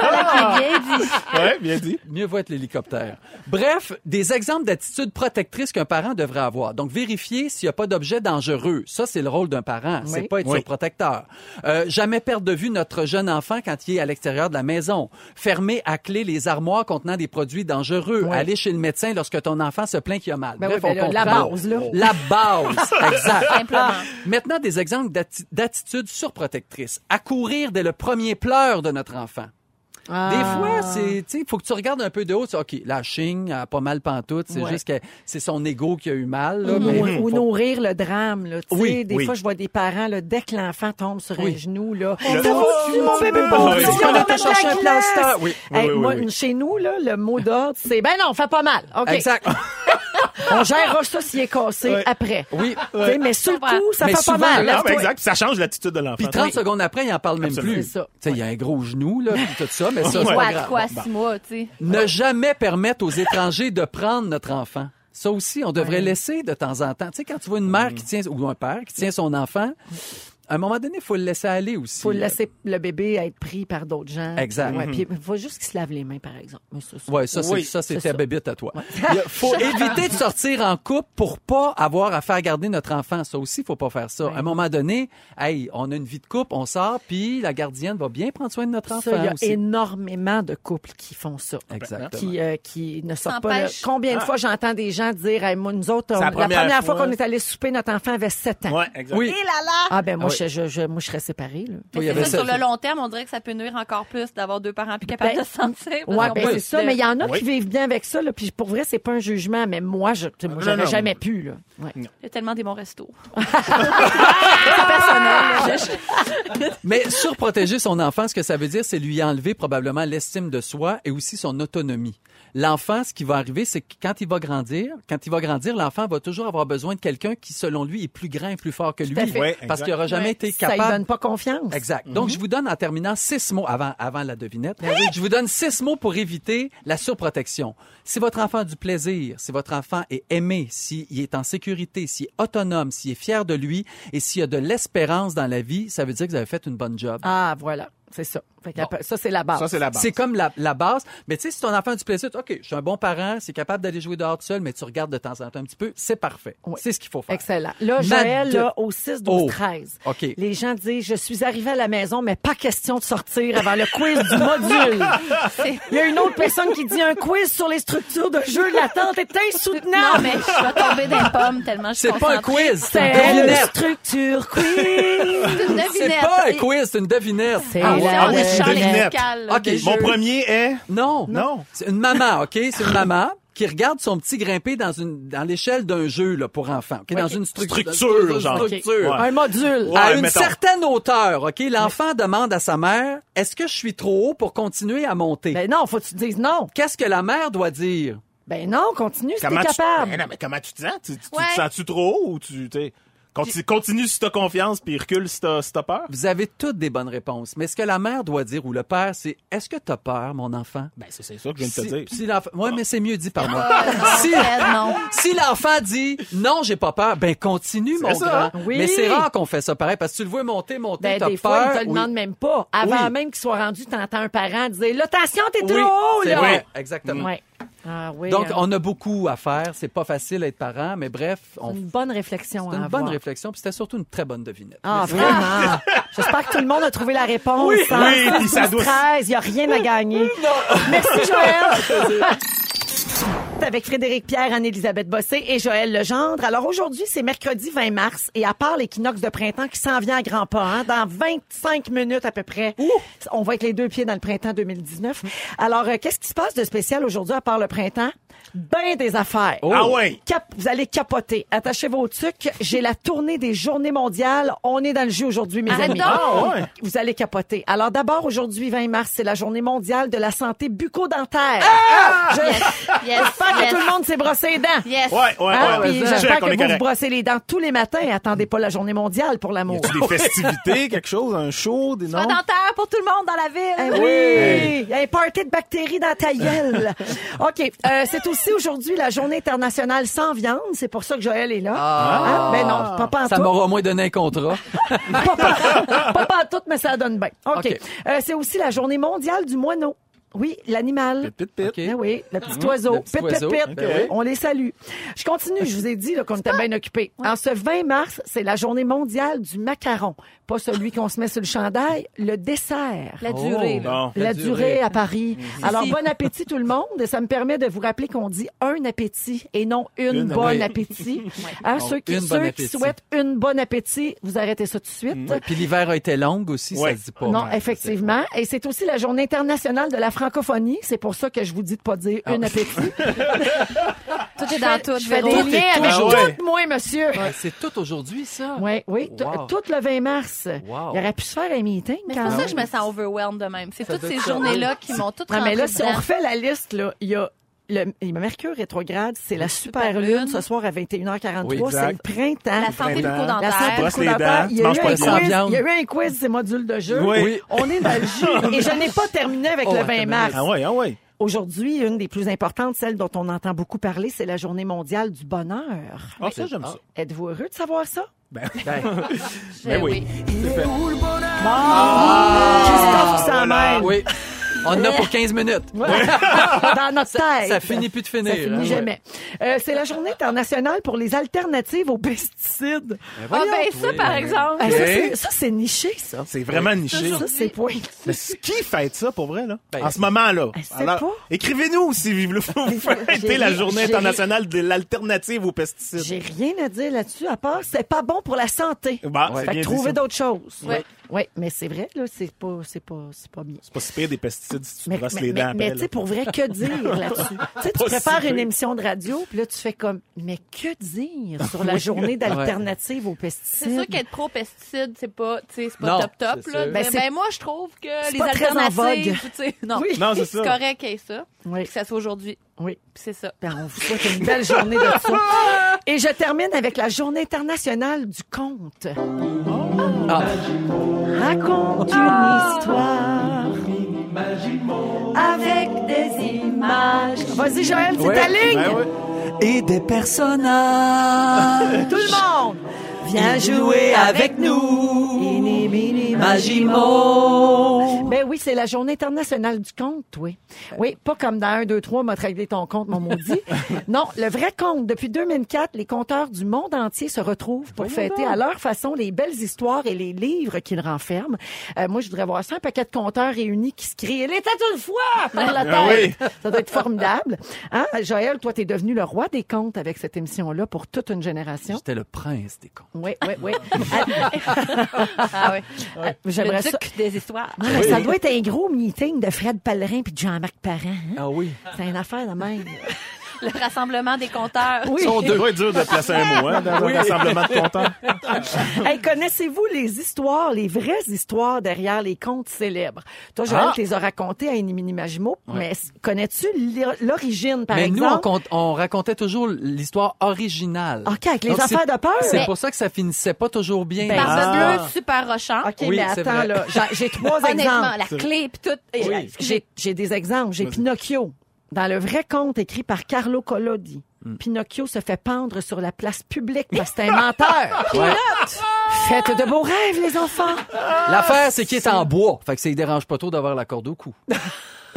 Ah, bien dit. Ouais, bien dit. Mieux vaut être l'hélicoptère. Bref, des exemples d'attitudes protectrices qu'un parent devrait avoir. Donc, vérifier s'il n'y a pas d'objet dangereux. Ça, c'est le rôle d'un parent. C'est Oui. pas être Oui. surprotecteur. Euh, jamais perdre de vue notre jeune enfant quand il est à l'extérieur de la maison. Fermer à clé les armoires contenant des produits dangereux. Oui. Aller chez le médecin lorsque ton enfant se plaint qu'il a mal. Ben Bref, oui, ben on là, la comprend. base, là. La base, exact. Simplement. Maintenant, des exemples d'atti- d'attitudes surprotectrices. Accourir dès le premier pleur de notre enfant. Ah. Des fois, c'est, tu sais, faut que tu regardes un peu de haut. tu dis, OK, la chigne a pas mal pantoute. C'est Ouais. juste que c'est son ego qui a eu mal, là. Ou, mais ou faut- nourrir le drame. Là. Tu sais, Oui, des oui. fois, je vois des parents, là, dès que l'enfant tombe sur un Oui. genou, là, Le- Ça va, Oh, tu- mon bébé oui. pauvre, Ah, oui. tu Quand vas on mettre était de la chercher un glace. plaster. Oui, oui, Hey, oui, moi, oui, oui. Chez nous, là, le mot d'ordre, c'est ben non, fais pas mal. OK. Exact. On gérera ça s'il est cassé Ouais. après. Oui. Tu sais, Mais sur le coup, ça Mais fait souvent, pas mal. là, Non, Lève-toi. ben exact. Puis ça change l'attitude de l'enfant. Puis 30 secondes après, il en parle même Absolument. plus. C'est ça. Tu sais, il y a un gros genou, là, puis tout ça, mais ça, c'est Ouais. pas Quoi, de grave. quoi, six mois, tu sais. Ne jamais permettre aux étrangers de prendre notre enfant. Ça aussi, on devrait laisser de temps en temps. Tu sais, quand tu vois une mère qui tient, ou un père qui tient son enfant, à un moment donné, il faut le laisser aller aussi. faut laisser le bébé être pris par d'autres gens. Exact. Ouais, Mhm. puis il faut juste qu'il se lave les mains, par exemple. Mais c'est ça. Ouais, ça, c'est, Oui, ça, c'est c'est ta ça. bébite à toi. Il y a- faut éviter de sortir en couple pour pas avoir à faire garder notre enfant. Ça aussi, faut pas faire ça. À un moment donné, hey, on a une vie de couple, on sort, puis la gardienne va bien prendre soin de notre enfant Ça, il y a aussi. énormément de couples qui font ça. Exactement. Qui, euh, qui ne sortent pas. S'empêche. le- Combien de fois j'entends des gens dire, Hey, moi, nous autres, on- C'est la première, fois, qu'on est allé souper, notre enfant avait 7 ans. Ouais, exact. Oui. Ah ben moi, Ah oui. je, je, je- moi, je serais séparée. Là. Oui, il y C'est avait ça, sur ça. le long terme, on dirait que ça peut nuire encore plus d'avoir deux parents plus capables Ben, de se sentir. parce Ouais, qu'on ben peut- c'est ça, mais il y en a Oui. qui vivent bien avec ça, là, puis pour vrai, c'est pas un jugement, mais moi, je, tu sais, moi, non, j'aurais non. jamais pu, là. Ouais. Il y a tellement des bons restos. c'est personnel. là. Je- Mais surprotéger son enfant, ce que ça veut dire, c'est lui enlever probablement l'estime de soi et aussi son autonomie. L'enfant, ce qui va arriver, c'est que quand il va grandir, quand il va grandir, l'enfant va toujours avoir besoin de quelqu'un qui, selon lui, est plus grand et plus fort que lui. à fait. Ouais, parce exact. qu'il n'aura jamais Ouais. été Ça lui capable donne pas confiance. Exact. Donc, je vous donne en terminant six mots avant, avant la devinette. Ben Je vous donne six mots pour éviter la surprotection. Si votre enfant a du plaisir, si votre enfant est aimé, s'il est en sécurité, s'il est autonome, s'il est fier de lui et s'il a de l'espérance dans la vie, ça veut dire que vous avez fait une bonne job. Ah, voilà, c'est ça. Fait que la- Ça, c'est la base. Ça, c'est la base. C'est comme la, la base. Mais tu sais, si ton enfant a du plaisir, tu- OK, je suis un bon parent, c'est capable d'aller jouer dehors tout seul, mais tu regardes de temps en temps un petit peu, c'est parfait. Oui. C'est ce qu'il faut faire. Excellent. Là, Ma Joël, deux- là, au 6, 12, Oh. 13. OK. Les gens disent, je suis arrivé à la maison, mais pas question de sortir avant le quiz du module. Il y a une autre personne qui dit, un quiz sur les structures de jeu de l'attente est insoutenable. Non, mais je vais tomber des pommes tellement je suis C'est pas un concentrée. quiz, c'est une C'est une devinette. structure quiz. C'est une devinette. C'est pas un Et- quiz, c'est une devinette. C'est la Ah, oui, c'est une champ devinette. lexical, là, OK, des Mon jeux. premier est. Non. Non. C'est une maman, OK? C'est une maman qui regarde son petit grimper dans une dans l'échelle d'un jeu là, pour enfants, OK? Dans une structure. Structure, dans une genre. structure. Ouais. Un module. Ouais. à une mettons. certaine hauteur, OK? L'enfant demande à sa mère, est-ce que je suis trop haut pour continuer à monter? Ben non, faut que tu dises non. Qu'est-ce que la mère doit dire? Ben non, continue si t'es Comment tu- capable. Ben non, mais comment tu te sens? Tu, tu- tu Ouais. te sens-tu trop haut ou tu. t'sais, Continue, continue si t'as confiance, puis recule si t'as si t'as peur. Vous avez toutes des bonnes réponses, mais ce que la mère doit dire ou le père, c'est est-ce que t'as peur, mon enfant? Ben, c'est c'est ça que je viens de te Ah. Si- dire. si l'enfant- ouais, mais c'est mieux dit par moi. si, Ah, non. si l'enfant dit non, j'ai pas peur, ben continue, mon ça. grand. Oui. Mais c'est rare qu'on fait ça pareil parce que tu le vois monter, monter, Ben, t'as des peur. fois, ils te le oui. demandent même pas. Avant Oui. même qu'ils soient rendus, t'entends un parent dire, l'attention, t'es Oui, trop haut, c'est là. Mm. vrai, exactement. Ouais. Ah oui. Donc, hein. on a beaucoup à faire. C'est pas facile d'être parent, mais bref, on C'est fait une bonne réflexion hein, à une bonne avoir. réflexion. Puis c'était surtout une très bonne devinette. Ah, vraiment? J'espère que tout le monde a trouvé la réponse. hein. Oui, Oui, puis ça doit- 13, il n'y a rien à gagner. Merci, Joël. Avec Frédéric Pierre, Anne-Élisabeth Bossé et Joël Legendre. Alors aujourd'hui, c'est mercredi 20 mars et à part l'équinoxe de printemps qui s'en vient à grands pas, hein, dans 25 minutes à peu près, on va être les deux pieds dans le printemps 2019. Alors, euh, qu'est-ce qui se passe de spécial aujourd'hui à part le printemps? Ben des affaires. Ah ouais! Cap- vous allez capoter. Attachez vos tucs. J'ai la tournée des journées mondiales. On est dans le jeu aujourd'hui, mes Arrête amis. donc! Ah ouais! Vous allez capoter. Alors d'abord, aujourd'hui, 20 mars, c'est la journée mondiale de la santé bucco-dentaire. Ah! Je- Yes, J'espère que yes, tout le monde s'est brossé les dents. yes. Ouais, ouais, ouais. Hein? ouais. Puis Check, J'espère on que est vous vous correct. brossez les dents tous les matins. Attendez pas la journée mondiale pour Y l'amour. a-tu des festivités, quelque chose, un show, des Pas noms? dentaire pour tout le monde dans la ville. Eh oui! Il y a un party de bactéries dans ta gueule. OK. euh, c'est aussi aujourd'hui la journée internationale sans viande. C'est pour ça que Joël est là. Ah. Hein? Ben non, pas pas en Ça tout. m'aura au moins donné un contrat. pas, pas, pas pantoute, mais ça donne bien. OK. OK. Euh, c'est aussi la journée mondiale du moineau. Oui, l'animal. Pit, pit, pit. Eh oui, le petit oiseau. Mhm. Le petit Pit, pit, oiseau. pit. OK. Oui. On les salue. Je continue. Je vous ai dit là, qu'on était bien occupés. En ce 20 mars, c'est la journée mondiale du macaron. Pas celui qu'on se met sur le chandail, le dessert. La durée, Bon. là. La, Oh. La durée. durée. Mhm. à Paris. Alors, Si. bon appétit tout le monde. Et Ça me permet de vous rappeler qu'on dit un appétit et non une, Une, bonne oui. appétit. Hein, Bon, ceux qui, une ceux bonne qui appétit. souhaitent une bonne appétit, vous arrêtez ça tout de suite. Ouais, Puis l'hiver a été long aussi, Ouais. ça se dit pas. Non, effectivement. Et c'est aussi la journée internationale de la francophonie. C'est pour ça que je vous dis de pas dire Ah. un appétit. Tout est dans tout. Je fais des liens avec Ah ouais. tout, moi, monsieur. Ouais, C'est tout aujourd'hui, ça. Oui, oui. t- Wow. Tout le 20 mars. Wow. Il aurait pu se faire un meeting Mais c'est quand pour ça même. que je me sens overwhelmed de même. C'est Ça toutes doit ces être ça. journées-là qui m'ont toutes Non, mais là, rentré si on dedans. refait la liste, là, il y a le il y a Mercure rétrograde, c'est la super, Super lune lune. ce soir à 21h43, Oui, c'est exact. le printemps. La santé printemps, La bucco-dentaire. santé brosses les bucco-dentaire. dents, Il y, tu a eu manges pas un de viande. quiz, il y a eu un quiz, ces modules de jeu. Oui. Oui. On est dans le jus. Et je n'ai pas terminé avec Oh, le attends, 20 mars. Ah ouais, ah ouais. Aujourd'hui, une des plus importantes, celle dont on entend beaucoup parler, c'est la journée mondiale du bonheur. Ah, ça, j'aime ça. Êtes-vous heureux de savoir ça? Ben, Ben, ben oui. C'est fait. Ah! Ah! Christophe voilà. Samuel. Ah, oui. On en a pour 15 minutes. Dans notre tête. Ça finit plus de finir. Ça finit hein, ouais. jamais. Euh, c'est la journée internationale pour les alternatives aux pesticides. Eh, Ah, Voyons. ben ça, par exemple. Ah, ça, c'est- ça, c'est niché, ça. C'est vraiment niché. Ça, c'est point. Mais c- qui fête ça pour vrai, là? Ben, en ce moment, là. je sais Ah, pas. écrivez-nous si vous voulez vous fêter J'ai- la journée j'ai- internationale de l'alternative aux pesticides. J'ai rien à dire là-dessus, à part c'est pas bon pour la santé. Bah, Fait que bien dit, trouver ça. d'autres choses. Ouais. Ouais, mais c'est vrai, là, c'est pas, c'est pas, c'est pas bien. C'est pas si pire des pesticides si tu Mais, brosses mais- les mais- dents après. mais là. tu sais, pour vrai, que dire là-dessus? Tu sais, tu Pas si prépares pire. une émission de radio, puis là, tu fais comme, mais que dire sur la journée d'alternative aux C'est sûr pesticides? qu'être pro-pesticide, c'est pas, tu sais, c'est pas Non, top top. c'est Là, sûr. mais Ben, c'est- ben, moi, je trouve que les pas très en alternatives, vogue. tu sais, non, Oui. Non, c'est c'est ça. correct qu'il y ait ça. Oui. Puis que ça soit aujourd'hui. Oui. Puis c'est ça. Ben, on vous souhaite une belle journée de ça. Et je termine avec la journée internationale du conte. Ah. Raconte une histoire avec des images. Vas-y, Joël, c'est Ouais. ta ligne. Ben ouais. Et des personnages. Tout le monde, viens jouer avec nous. Magimon. Ben oui, c'est la journée internationale du conte, oui. Euh. Oui, pas comme dans 1, 2, 3, m'a réglé ton compte, mon maudit. Non, le vrai conte. Depuis 2004, les conteurs du monde entier se retrouvent pour fêter à leur façon les belles histoires et les livres qu'ils renferment. Euh, moi, je voudrais voir ça, un paquet de conteurs réunis qui se crient « Elle était une fois! » par la Ah tête. Ça doit être formidable. Hein? Joël, toi, t'es devenu le roi des contes avec cette émission-là pour toute une génération. J'étais le prince des cons. Oui, oui, oui. Ah oui. J'aimerais Le ça. duc des histoires. Ah, mais Ça doit être un gros meeting de Fred Pellerin puis de Jean-Marc Parent. hein? Ah oui. C'est une affaire de même. Le rassemblement des compteurs. Oui. Ça doit être dur de placer un mot hein, dans un rassemblement de contents. Hey, connaissez-vous les histoires, les vraies histoires derrière les contes célèbres? Toi, Joël, Ah! tu les as racontées à Inimini Magimo, mais s- connais-tu l'ir- l'origine, par Mais nous, on, exemple? compte- on racontait toujours l'histoire originale. OK, avec les Donc, c'est- affaires de peur? C'est Mais- pour ça que ça finissait pas toujours bien. Ben, Barbe Ah. bleue, super rochant. OK, Oui, mais c'est attends, vrai. là. J'ai- J'ai trois exemples. Honnêtement, la clé puis tout. Oui. J'ai, j'ai des exemples. J'ai Pinocchio. Dans le vrai conte écrit par Carlo Collodi, Mm. Pinocchio se fait pendre sur la place publique parce que c'est un menteur. Ouais. Faites de beaux rêves, les enfants. L'affaire, c'est qu'il Ah, est en bois. Fait que ça ne dérange pas trop d'avoir la corde au cou.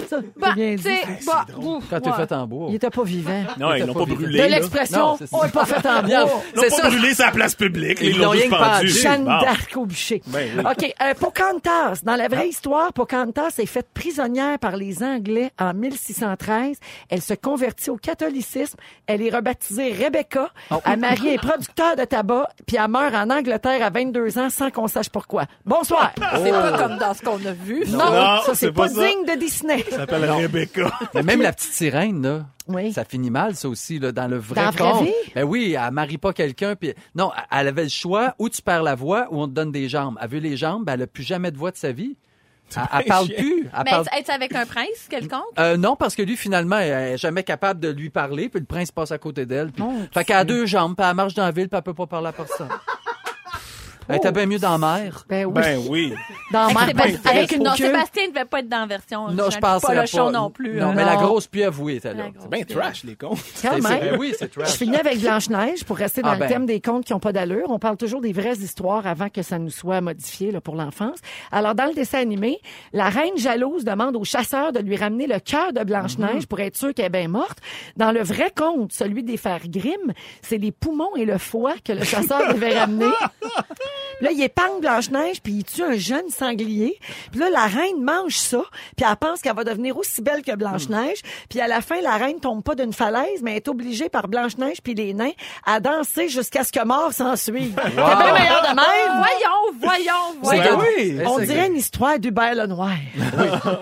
Ça, Bah, c'est bien tu dit. sais, bah, ouf, Quand tu ouais. fait en bois. Il était pas vivant. Non, ils l'ont pas Ils brûlé. De là. l'expression, Non, c'est ça. on est pas fait en Bien, bois. Ils l'ont pas brûlé sur la place publique. Ils Ils l'ont l'ont juste rien que pendu. pendu. Jeanne Bon. d'Arc au bûcher. Ben oui. Ah. OK. euh, Pocahontas, dans la vraie histoire, Pocahontas est faite prisonnière par les Anglais en 1613. Elle se convertit au catholicisme. Elle est rebaptisée Rebecca. Ah Elle marie un producteur de tabac, puis elle meurt en Angleterre à 22 ans sans qu'on sache pourquoi. Bonsoir. C'est pas comme dans ce qu'on a vu. Non, Ah. Oh. Non, ça, c'est c'est pas pas, ça. digne de Disney. Ça s'appelle Rebecca. Mais même la petite sirène, là. Oui. Ça finit mal, ça aussi, là, dans le vrai Dans la vraie conte. vie? Ben oui, elle marie pas quelqu'un. Puis non, elle avait le choix ou tu perds la voix ou on te donne des jambes. Elle veut les jambes, ben, elle a plus jamais de voix de sa vie. Elle, elle parle plus. Elle Mais parle... être avec un prince quelconque? Euh, non, parce que lui, finalement, elle est jamais capable de lui parler, puis le prince passe à côté d'elle. Puis... Fait qu'elle a deux jambes, puis elle marche dans la ville, puis elle peut pas parler à personne. Elle était bien mieux dans la mer. Ben oui. Ben oui. Dans Mar- Sébastien, avec une Ah, non, queue. Sébastien ne devait pas être dans la version. Non, je originale, pense ben, Pas le chon non plus. Non, hein. mais la Non. grosse pieuvre, oui, était là. La grosse. C'est bien trash, les cons. Quand C'est- c'est- même. ben oui, c'est Je trash. finis avec Blanche-Neige pour rester dans Ah le ben. thème des contes qui n'ont pas d'allure. On parle toujours des vraies histoires avant que ça nous soit modifié là, pour l'enfance. Alors, dans le dessin animé, la reine jalouse demande au chasseur de lui ramener le cœur de Mhm. Blanche-Neige pour être sûr qu'elle est bien morte. Dans le vrai conte, celui des fers Grimm, c'est les poumons et le foie que le chasseur devait ramener. Là, il épargne Blanche-Neige, puis il tue un jeune sanglier. Puis là, la reine mange ça, puis elle pense qu'elle va devenir aussi belle que Blanche-Neige. Puis à la fin, la reine tombe pas d'une falaise, mais est obligée par Blanche-Neige puis les nains à danser jusqu'à ce que mort s'en suive. C'est bien meilleur de même! Voyons, voyons, Ah! C'est voyons. que- Eh, On c'est dirait une histoire d'Hubert Lenoir.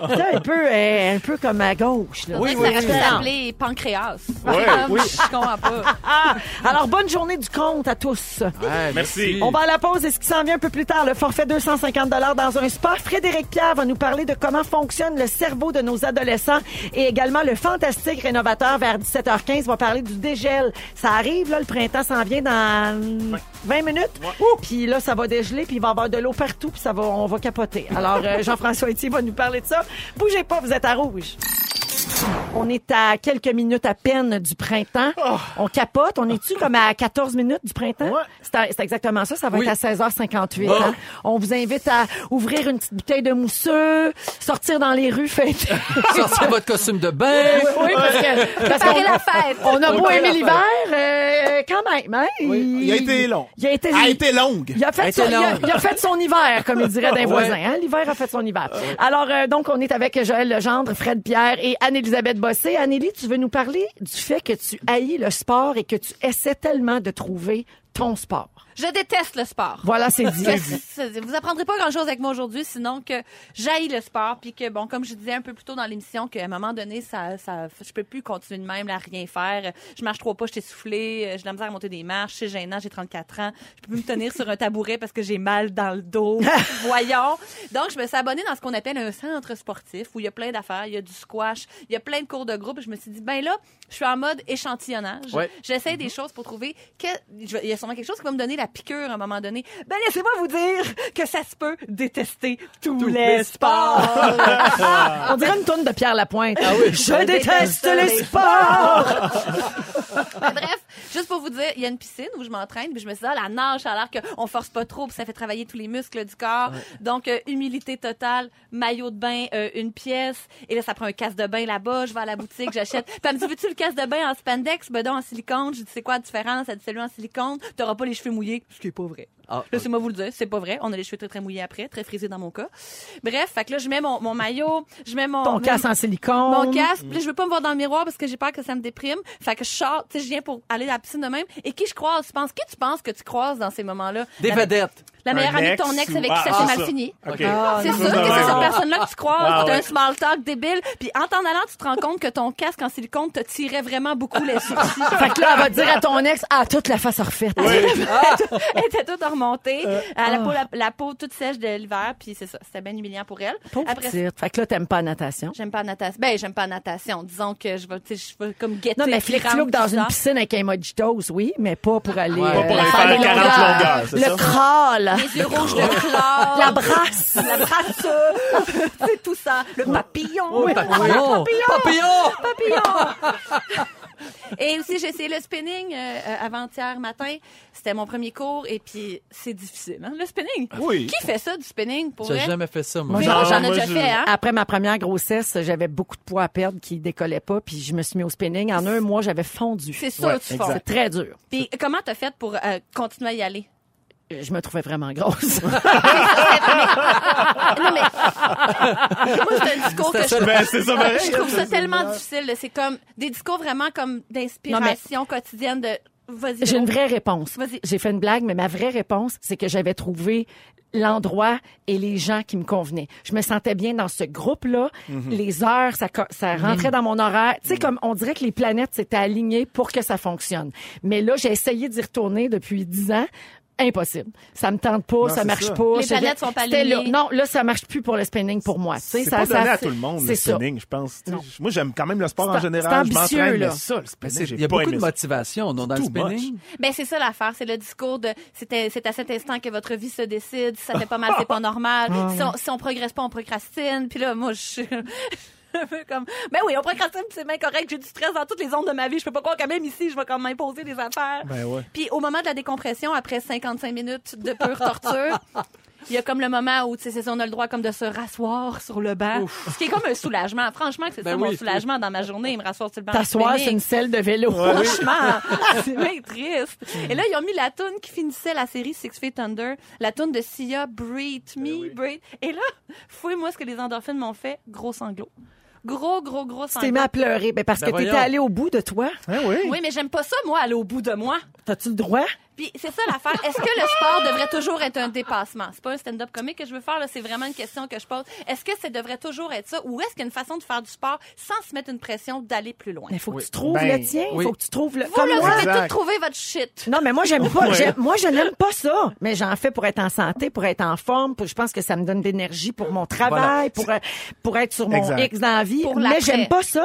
C'est un peu, euh, un peu comme à gauche. là. Oui, ça aurait pu s'appeler Pancréas. Ouais, Comme, oui. Je comprends pas. Ah! Alors, bonne journée du compte à tous. que- Ouais, Merci. On va à la pause et ce qui s'en vient un peu plus tard, le forfait 250 dans un spa. Frédéric Pierre va nous parler de comment fonctionne le cerveau de nos adolescents et également le fantastique rénovateur vers 17h15 va parler du dégel. Ça arrive, là, le printemps s'en vient dans 20 minutes. Ouh, Puis là, ça va dégeler, puis il va y avoir de l'eau partout, puis ça va, on va capoter. Alors, euh, Jean-François Etier va nous parler de ça. Bougez pas, vous êtes à rouge. On est à quelques minutes à peine du printemps. On capote. On est-tu comme à 14 minutes du printemps? C'est à- c'est exactement ça. Ça va Oui. être à 16h58. Ah. hein. On vous invite à ouvrir une petite bouteille de mousseux, sortir dans les rues, fêter. Sortez votre costume de bain. Oui, oui, parce que parce qu'on- Préparer la fête. On a beau Préparer aimer la l'hiver, euh, quand même. hein, Il a été long. Il a été, Elle a été longue. il a fait, Elle son, était il a- longue. il a fait son hiver, comme il dirait d'un Ouais. voisin. hein. L'hiver a fait son hiver. Alors, euh, donc, on est avec Joël Legendre, Fred Pierre et Anne-Élisabeth Bossé. Annélie, tu veux nous parler du fait que tu haïs le sport et que tu essaies tellement de trouver ton sport. Je déteste le sport. Voilà, c'est dit. Ça, c'est- Vous apprendrez pas grand-chose avec moi aujourd'hui, sinon que j'aille le sport, puis que, bon, comme je disais un peu plus tôt dans l'émission, qu'à un moment donné, ça, ça, je peux plus continuer de même, là, à rien faire. Je marche trois pas, je suis essoufflée, euh, j'ai de la misère à monter des marches, c'est gênant, j'ai 34 ans, je peux plus me tenir sur un tabouret parce que j'ai mal dans le dos. Voyons. Donc, je me suis abonnée dans ce qu'on appelle un centre sportif où il y a plein d'affaires, il y a du squash, il y a plein de cours de groupe. Je me suis dit, ben là, je suis en mode échantillonnage. Ouais. J'essaie des choses pour trouver que je vais- il y a sûrement quelque chose qui va me donner la piqûre à un moment donné. Ben laissez-moi vous dire que ça se peut détester tous, les sports. On dirait une tourne de Pierre Lapointe. Je Je déteste déteste les les sports! Mais bref, juste pour vous dire, il y a une piscine où je m'entraîne, puis je me suis dit, ah, la nage, ça a l'air qu'on force pas trop, puis ça fait travailler tous les muscles du corps. Donc, euh, humilité totale, maillot de bain, euh, une pièce. Et là, ça prend un casse de bain là-bas. Je vais à la boutique, j'achète. Puis elle me dit, veux-tu le casse de bain en spandex, bedon en silicone? Je dis, c'est quoi la différence? Elle dit, celui en silicone, t'auras pas les cheveux mouillés. Ce qui est pas vrai. Ah, Laissez-moi vous le dire, c'est pas vrai. On a les cheveux très, très mouillés après, très frisés dans mon cas. Bref, fait que là, je mets mon, mon maillot, je mets mon... Ton mon- casse en silicone. mon casque. Puis là, je veux pas me voir dans le miroir parce que j'ai peur que ça me déprime. Fait que je sors, tu sais, je viens pour aller à la piscine de même. Et qui je croise? Tu penses, qui tu penses que tu croises dans ces moments-là? Des La- vedettes. La meilleure Un amie de ton ex ou- avec Ah, qui ça s'est c'est Ah, mal fini. OK. Ah, C'est non, sûr non, que c'est non, cette non. personne-là que tu croises, Ah, t'as ouais. un small talk débile, puis en t'en allant, tu te rends compte que ton casque en silicone te tirait vraiment beaucoup les sourcils. Fait que là, elle va dire à ton ex, ah, toute la face refaite. Ah! elle était toute remontée, Euh, à la, peau, la, la peau toute sèche de l'hiver, puis c'est ça, c'était bien humiliant pour elle. Pauvre Après ça, petite. Fait que là, t'aimes pas la natation. j'aime pas la natation. Ben, j'aime pas la natation. Disons que je vais, tu sais, je vais comme guetter. Non, mais qui flic floc rentre, dans qui une sort. piscine avec un mojitos, oui, mais pas pour aller... Ouais. Pas pour euh, aller faire faire des 40 longueurs, c'est Le ça? crawl. Les yeux rouges de chlore. La brasse. La brasse. C'est tout ça. Le Oh, papillon. Oui, papillon. Papillon. Papillon. Et aussi, j'ai essayé le spinning euh, euh, avant-hier matin. C'était mon premier cours et puis c'est difficile. hein, le spinning. Oui. Qui fait ça du spinning pour J'ai vrai? jamais fait ça, moi. Moi, Non, J'en ai moi, déjà je- fait. Hein? Après ma première grossesse, j'avais beaucoup de poids à perdre qui décollait pas, puis je me suis mis au spinning. En un mois, j'avais fondu. C'est sûr Ouais, que tu exact. fonds. C'est très dur. Puis comment t'as fait pour euh, continuer à y aller? Je me trouvais vraiment grosse. Non, mais... Moi, c'est un discours que je Ben, c'est ça, pareil. Je trouve ça tellement difficile. là. C'est comme des discours vraiment comme d'inspiration quotidienne de vas-y. J'ai une donc. vraie réponse. Vas-y. J'ai fait une blague, mais ma vraie réponse, c'est que j'avais trouvé l'endroit et les gens qui me convenaient. Je me sentais bien dans ce groupe-là. Mhm. Les heures, ça, co- ça rentrait Mhm. dans mon horaire. Tu sais, comme on dirait que les planètes s'étaient alignées pour que ça fonctionne. Mais là, j'ai essayé d'y retourner depuis dix ans. Impossible. Ça me tente pas, ça c'est marche ça. pas. Les Je- planètes sont pas c'était là. alignées. Non, là, ça marche plus pour le spinning pour moi. Tu sais, C'est ça, pas donné ça- à tout le monde, le c'est ça. spinning, je pense. Tu sais, Non. Moi, j'aime quand même le sport C'est en a- général. c'est Je ambitieux, m'entraîne, là. mais ça, le Mais spinning, c'est- j'ai Il y a pas beaucoup de aimé ça. motivation non, dans le Too much. spinning. Ben c'est ça l'affaire, c'est le discours de c'est à, c'est à cet instant que votre vie se décide. Si ça fait pas mal, c'est pas normal. Si on, si on progresse pas, on procrastine. Puis là, moi, je suis un peu comme ben oui, on procrastine, puis c'est bien correct. J'ai du stress dans toutes les zones de ma vie. Je peux pas croire quand même ici, je vais quand même m'imposer des affaires. Ben ouais. Puis au moment de la décompression, après 55 minutes de pure torture, il y a comme le moment où, tu sais, c'est ça, on a le droit comme de se rasseoir sur le banc. Ce qui est comme un soulagement. Franchement, c'est Ben ça oui. mon soulagement dans ma journée, me rasseoir sur le banc. T'asseoir, du c'est une spinning. selle de vélo. Franchement, c'est bien triste. Et là, ils ont mis la toune qui finissait la série Six Feet Under, la toune de Sia, Breathe Me, Breathe. Et là, fouille-moi ce que les endorphines m'ont fait, gros sanglots. Gros, gros, gros Tu t'es mis sanglots. à pleurer. Ben, parce Ben que t'étais voyons. allé au bout de toi. Hein, oui. Oui, mais j'aime pas ça, moi, aller au bout de moi. T'as-tu le droit? Puis c'est ça l'affaire. Est-ce que le sport devrait toujours être un dépassement? C'est pas un stand-up comique que je veux faire, là. C'est vraiment une question que je pose. Est-ce que ça devrait toujours être ça? Ou est-ce qu'il y a une façon de faire du sport sans se mettre une pression d'aller plus loin? Mais faut que tu trouves Ben, le tien. oui. Faut que tu trouves le. Vous, Comme là, vous moi. avez Exact. tout trouvé votre shit. Non, mais moi, j'aime pas. Ouais. j'aime- Moi, je n'aime pas ça. Mais j'en fais pour être en santé, pour être en forme. Pour, je pense que ça me donne de l'énergie pour mon travail, pour, euh, pour être sur mon Exact. X dans la vie. Pour mais l'après. j'aime pas ça.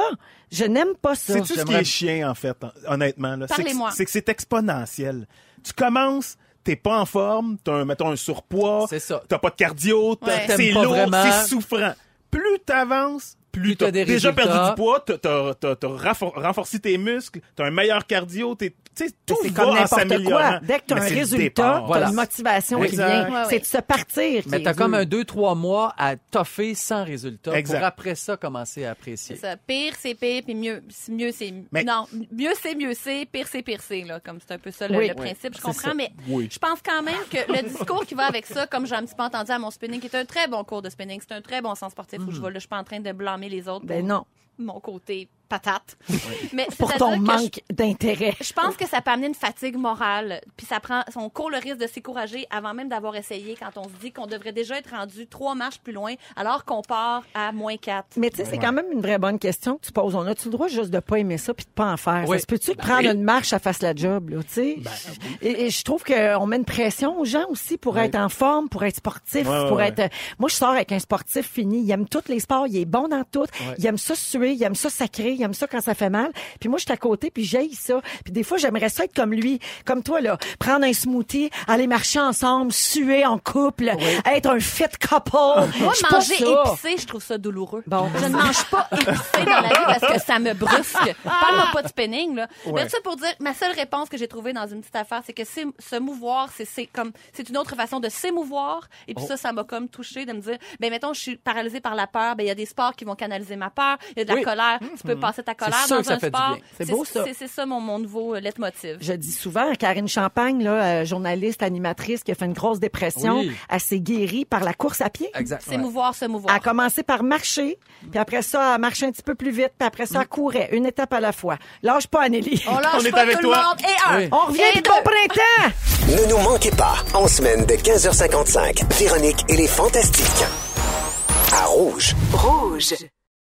Je n'aime pas ça. C'est tout ce qui J'aimerais- est chien, en fait, hon- honnêtement. là. C'est que- Parlez-moi. C'est que c'est exponentiel. Tu commences, t'es pas en forme, t'as un, mettons, un surpoids, C'est ça. t'as pas de cardio, t'as- Ouais. c'est T'aimes pas lourd, vraiment. c'est souffrant. Plus t'avances, plus, t'as t'as des déjà résultats. perdu du poids, t'as- t'as t'as- t'as renfor- renforcé tes muscles, t'as un meilleur cardio, t'es- tu sais, tout C'est va comme en n'importe quoi. s'améliorant. Dès que tu as Mais un c'est le résultat, départ. tu as Voilà. une motivation qui Exact. vient. Ouais, ouais. C'est de se partir. qui Mais est t'as comme dur. un 2-3 mois à toffer sans résultat Exact. pour après ça commencer à apprécier. C'est ça. Pire, c'est pire, puis mieux, c'est- mieux c'est... Mais- Non, mieux c'est mieux c'est, pire c'est pire c'est, là. Comme c'est un peu ça le, Oui. le principe, je C'est comprends, ça. mais Oui. je pense quand même que le discours qui va avec ça, comme j'ai un petit peu entendu à mon spinning, qui est un très bon cours de spinning, c'est un très bon sens sportif où je vois là, je suis pas en train de blâmer les autres Mm. Ben pour non. mon côté patate. mais Pour c'est-à-dire ton que je- manque d'intérêt. Je pense que ça peut amener une fatigue morale, puis ça prend, on court le risque de s'écourager avant même d'avoir essayé quand on se dit qu'on devrait déjà être rendu trois marches plus loin alors qu'on part à moins quatre. Mais tu sais, c'est quand même une vraie bonne question que tu poses. On a-tu le droit juste de pas aimer ça puis de pas en faire? Oui. Ça se peut-tu Ben que prendre une marche, ça fasse la job, là, tu sais? et, et je trouve qu'on met une pression aux gens aussi pour être en forme, pour être sportif, Ouais, ouais, pour ouais. être... euh, Moi, je sors avec un sportif fini. Il aime tous les sports, il est bon dans tout. Il aime ça suer, il aime ça sacré, il aime ça quand ça fait mal. Puis moi, je suis à côté, puis j'aille ça. Puis des fois, j'aimerais ça être comme lui, comme toi, là. Prendre un smoothie, aller marcher ensemble, suer en couple, être un fit couple. Ah. Moi, Je suis pas manger ça. épicé, je trouve ça douloureux. Bon. Je ne mange pas épicé dans la vie parce que ça me brusque. Parle-moi pas de spinning, là. Mais ça pour dire, ma seule réponse que j'ai trouvée dans une petite affaire, c'est que c'est- se mouvoir, c'est- c'est comme, c'est une autre façon de s'émouvoir. Et puis ça, ça m'a comme touchée de me dire, ben, mettons, je suis paralysée par la peur, ben, il y a des sports qui vont canaliser ma peur, il y a de la Oui. colère, tu peux passer ta colère sûr dans que ça un fait du sport. bien. C'est beau, ça. C'est ça mon, mon nouveau euh, leitmotiv. Je dis souvent, Karine Champagne, là, euh, journaliste, animatrice, qui a fait une grosse dépression, Oui. elle s'est guérie par la course à pied. Exact. Ouais. S'émouvoir, se Elle a mouvoir. commencé par marcher, puis après ça, elle marchait un petit peu plus vite, puis après ça, elle courait, une étape à la fois. Lâche pas, Anneli. Oh. On lâche On est pas avec tout le toi. monde. Et un. Oui. On revient Et du ben- deux. bon printemps! Ne nous manquez pas, en semaine de 15h55, Véronique et les Fantastiques. À Rouge. Rouge.